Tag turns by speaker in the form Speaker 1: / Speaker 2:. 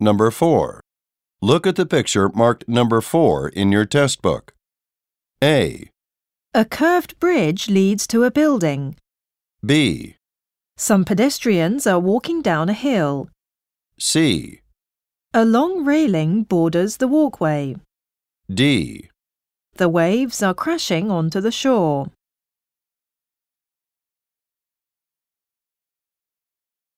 Speaker 1: Number 4. Look at the picture marked number 4 in your test book. A,
Speaker 2: A curved bridge leads to a building.
Speaker 1: B,
Speaker 2: Some pedestrians are walking down a hill.
Speaker 1: C,
Speaker 2: A long railing borders the walkway.
Speaker 1: D.
Speaker 2: The waves are crashing onto the shore.